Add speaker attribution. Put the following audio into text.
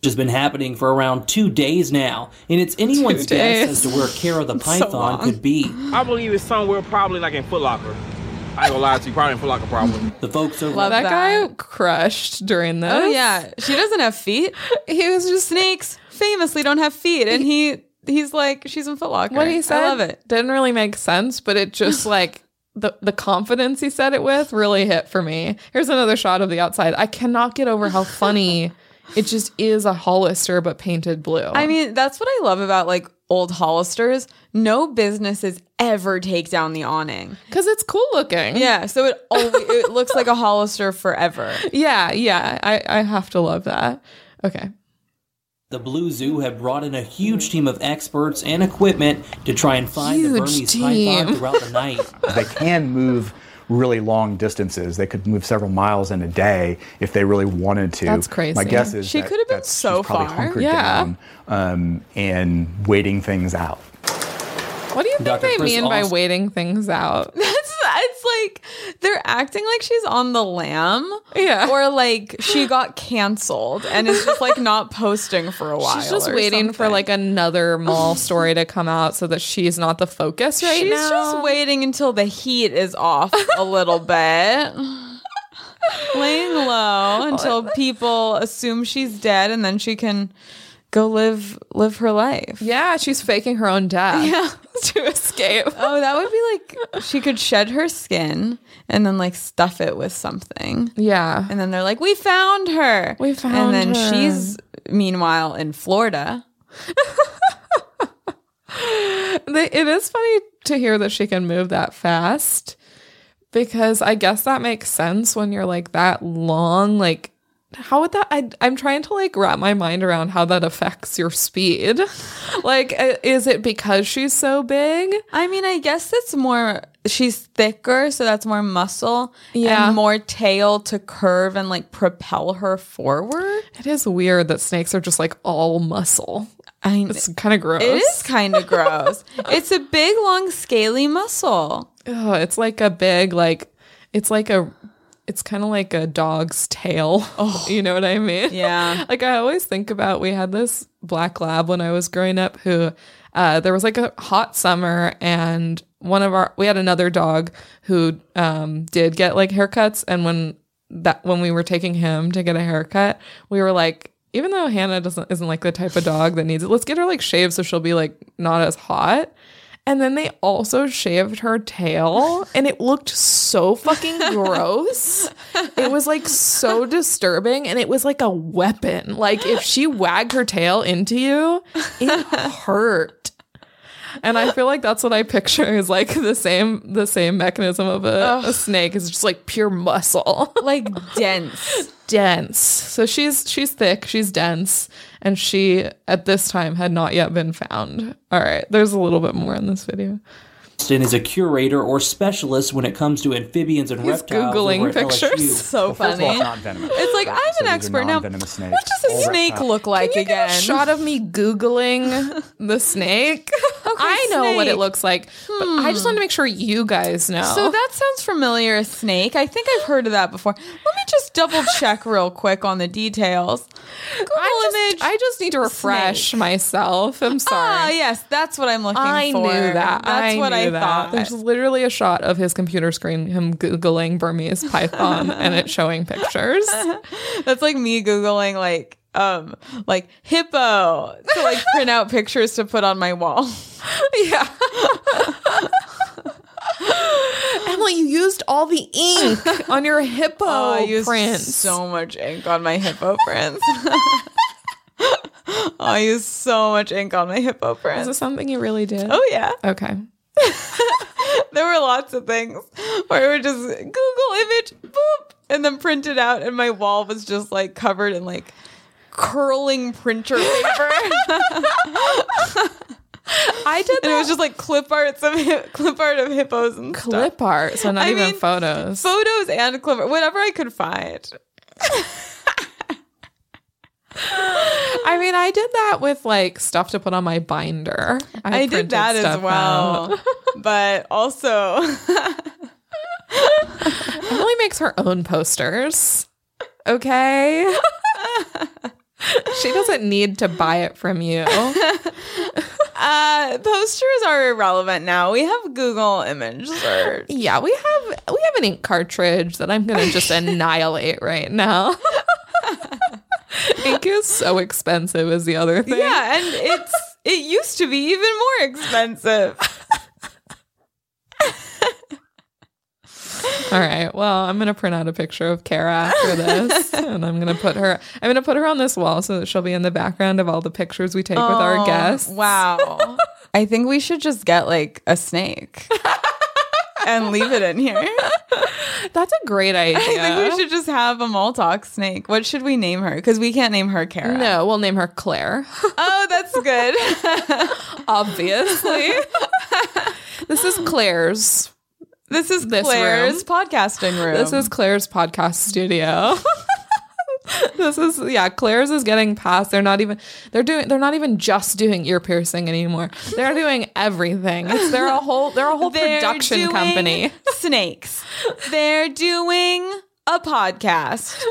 Speaker 1: which has been happening for around two days now, and it's anyone's
Speaker 2: Two
Speaker 1: guess
Speaker 2: days.
Speaker 1: as to where Kara the
Speaker 2: So
Speaker 1: Python
Speaker 2: long.
Speaker 1: could be.
Speaker 3: I believe it's somewhere probably like in Foot Locker. I ain't gonna lie to you, probably in Foot Locker probably.
Speaker 1: The folks over
Speaker 2: That,
Speaker 4: Love that.
Speaker 2: guy crushed during this.
Speaker 4: Oh yeah, she doesn't have feet.
Speaker 2: he was just
Speaker 4: Snakes famously don't have feet, and he he's like she's in Foot Locker.
Speaker 2: what he said.
Speaker 4: I love it.
Speaker 2: Didn't really make sense, but it just like the the confidence he said it with really hit for me. Here's another shot of the outside. I cannot get over how funny it just is a Hollister but painted blue.
Speaker 4: I mean, that's what I love about like old Hollisters. No businesses ever take down the awning.
Speaker 2: because it's cool looking.
Speaker 4: Yeah, so it always it looks like a Hollister forever.
Speaker 2: yeah, yeah. I I have to love that. Okay.
Speaker 1: the Blue Zoo have brought in a huge team of experts and equipment to try and find the
Speaker 2: Huge
Speaker 1: Burmese Python
Speaker 2: team.
Speaker 1: throughout the night.
Speaker 5: they can move really long distances. They could move several miles in a day if they really wanted to.
Speaker 2: That's crazy.
Speaker 5: My guess is
Speaker 4: She
Speaker 5: that-
Speaker 4: could have been
Speaker 5: that's-
Speaker 4: so
Speaker 5: she's probably
Speaker 4: far.
Speaker 5: hunkered
Speaker 2: Yeah.
Speaker 5: down um, and waiting things out.
Speaker 2: What do you think
Speaker 1: Dr.
Speaker 2: they
Speaker 1: Chris
Speaker 2: mean by
Speaker 1: Aust-
Speaker 2: waiting things out?
Speaker 4: It's, it's like they're acting like she's on the lam.
Speaker 2: Yeah.
Speaker 4: Or like she got canceled and is just like not posting for a while.
Speaker 2: She's just
Speaker 4: or
Speaker 2: waiting for
Speaker 4: something.
Speaker 2: like another mall story to come out so that she's not the focus right
Speaker 4: She's
Speaker 2: now.
Speaker 4: just waiting until the heat is off a little bit. Laying low until people assume she's dead and then she can go live live her life.
Speaker 2: yeah, she's faking her own death to escape.
Speaker 4: Oh, that would be like she could shed her skin and then like stuff it with something.
Speaker 2: Yeah.
Speaker 4: And then they're like, "We found her.
Speaker 2: We found
Speaker 4: And then
Speaker 2: her.
Speaker 4: she's meanwhile in Florida.
Speaker 2: They- it is funny to hear that she can move that fast because I guess that makes sense when you're like that long. Like, how would that? I, I'm trying to like wrap my mind around how that affects your speed. like, i- is it because she's so big?
Speaker 4: I mean, I guess it's more she's thicker, so that's more muscle
Speaker 2: Yeah.
Speaker 4: and more tail to curve and like propel her forward.
Speaker 2: It is weird that snakes are just like all muscle.
Speaker 4: I mean,
Speaker 2: It's kind of gross.
Speaker 4: it is kind of gross. it's a big, long, scaly muscle.
Speaker 2: Ugh, it's like a big like. It's like a. It's kind of like a dog's tail. Oh, you know what I mean?
Speaker 4: Yeah.
Speaker 2: like I always think about we had this black lab when I was growing up who uh, there was like a hot summer and one of our we had another dog who um, did get like haircuts and when that when we were taking him to get a haircut we were like even though Hannah doesn't isn't like the type of dog that needs it let's get her like shaved so she'll be like not as hot and then they also shaved her tail, and it looked so fucking gross. It was like so disturbing, and it was like a weapon. Like if she wagged her tail into you, it hurt. And I feel like that's what I picture is like the same the same mechanism of a, a snake is just like pure muscle,
Speaker 4: Like dense.
Speaker 2: dense. So she's she's thick, she's dense, and she at this time had not yet been found. All right, there's a little bit more in this video.
Speaker 1: Austin is a curator or specialist when it comes to amphibians and
Speaker 2: He's
Speaker 1: reptiles.
Speaker 2: Googling
Speaker 1: over at
Speaker 2: pictures.
Speaker 1: LSU.
Speaker 4: So
Speaker 5: First of all,
Speaker 4: funny.
Speaker 5: it's not venomous.
Speaker 4: It's like, I'm an
Speaker 5: these are
Speaker 4: expert now.
Speaker 5: non-venomous snakes.
Speaker 4: What does a
Speaker 5: All
Speaker 4: snake
Speaker 5: reptiles.
Speaker 4: look like
Speaker 2: Can you
Speaker 4: again?
Speaker 2: Get a shot of me googling the snake. I know what it
Speaker 4: snake. looks
Speaker 2: looks like, but I just want to make sure you guys know.
Speaker 4: So that sounds familiar, a snake. I think I've heard of that before. Let me just double check real quick on the details. Google
Speaker 2: I
Speaker 4: image.
Speaker 2: just, I just need to refresh
Speaker 4: snake.
Speaker 2: myself. I'm
Speaker 4: ah,
Speaker 2: sorry.
Speaker 4: yes, that's what I'm looking
Speaker 2: I
Speaker 4: for.
Speaker 2: knew that.
Speaker 4: That's what I thought.
Speaker 2: There's literally a shot of his computer screen, him googling Burmese python, and it showing pictures.
Speaker 4: That's like me googling like um like hippo to like print out pictures to put on my wall.
Speaker 2: yeah. Emily, you used all the ink on your hippo
Speaker 4: I used
Speaker 2: print.
Speaker 4: so much ink on my hippo prints. I used so much ink on my hippo
Speaker 2: Is this
Speaker 4: prints.
Speaker 2: something you really did?
Speaker 4: Oh yeah.
Speaker 2: Okay.
Speaker 4: There were lots of things where I would just Google image, boop, and then print it out, and my wall was just like covered in like curling printer paper.
Speaker 2: I did
Speaker 4: and it was just like clip arts of hi- clip art of hippos and
Speaker 2: clip
Speaker 4: stuff.
Speaker 2: art, so not
Speaker 4: I
Speaker 2: even
Speaker 4: mean,
Speaker 2: photos.
Speaker 4: photos and clip art, whatever I could find.
Speaker 2: I mean, I did that with like stuff to put on my binder.
Speaker 4: I
Speaker 2: printed
Speaker 4: did that as
Speaker 2: stuff out.
Speaker 4: well, but also
Speaker 2: Emily makes her own posters. Okay. She doesn't need to buy it from you.
Speaker 4: Uh, posters are irrelevant now. We have Google image search.
Speaker 2: Yeah, we have we have an ink cartridge that I'm gonna just annihilate right now. ink is so expensive is the other thing.
Speaker 4: Yeah, and it's it used to be even more expensive.
Speaker 2: All right. Well, I'm gonna print out a picture of Kara after this, and I'm gonna put her. I'm gonna put her on this wall so that she'll be in the background of all the pictures we take with our guests.
Speaker 4: Oh, Wow. I think we should just get like a snake and leave it in here.
Speaker 2: That's a great idea.
Speaker 4: I think we should just have a Moltok snake. What should we name her? Because we can't name her Kara.
Speaker 2: No, we'll name her Claire.
Speaker 4: Oh, that's good.
Speaker 2: Obviously, this is Claire's.
Speaker 4: this is
Speaker 2: This
Speaker 4: Claire's podcasting room.
Speaker 2: This is Claire's podcast studio. this is yeah, Claire's is getting past. They're not even they're doing they're not even just doing ear piercing anymore. They're doing everything. It's they're a whole they're a whole
Speaker 4: They're
Speaker 2: production
Speaker 4: doing
Speaker 2: company.
Speaker 4: Snakes. They're doing a podcast.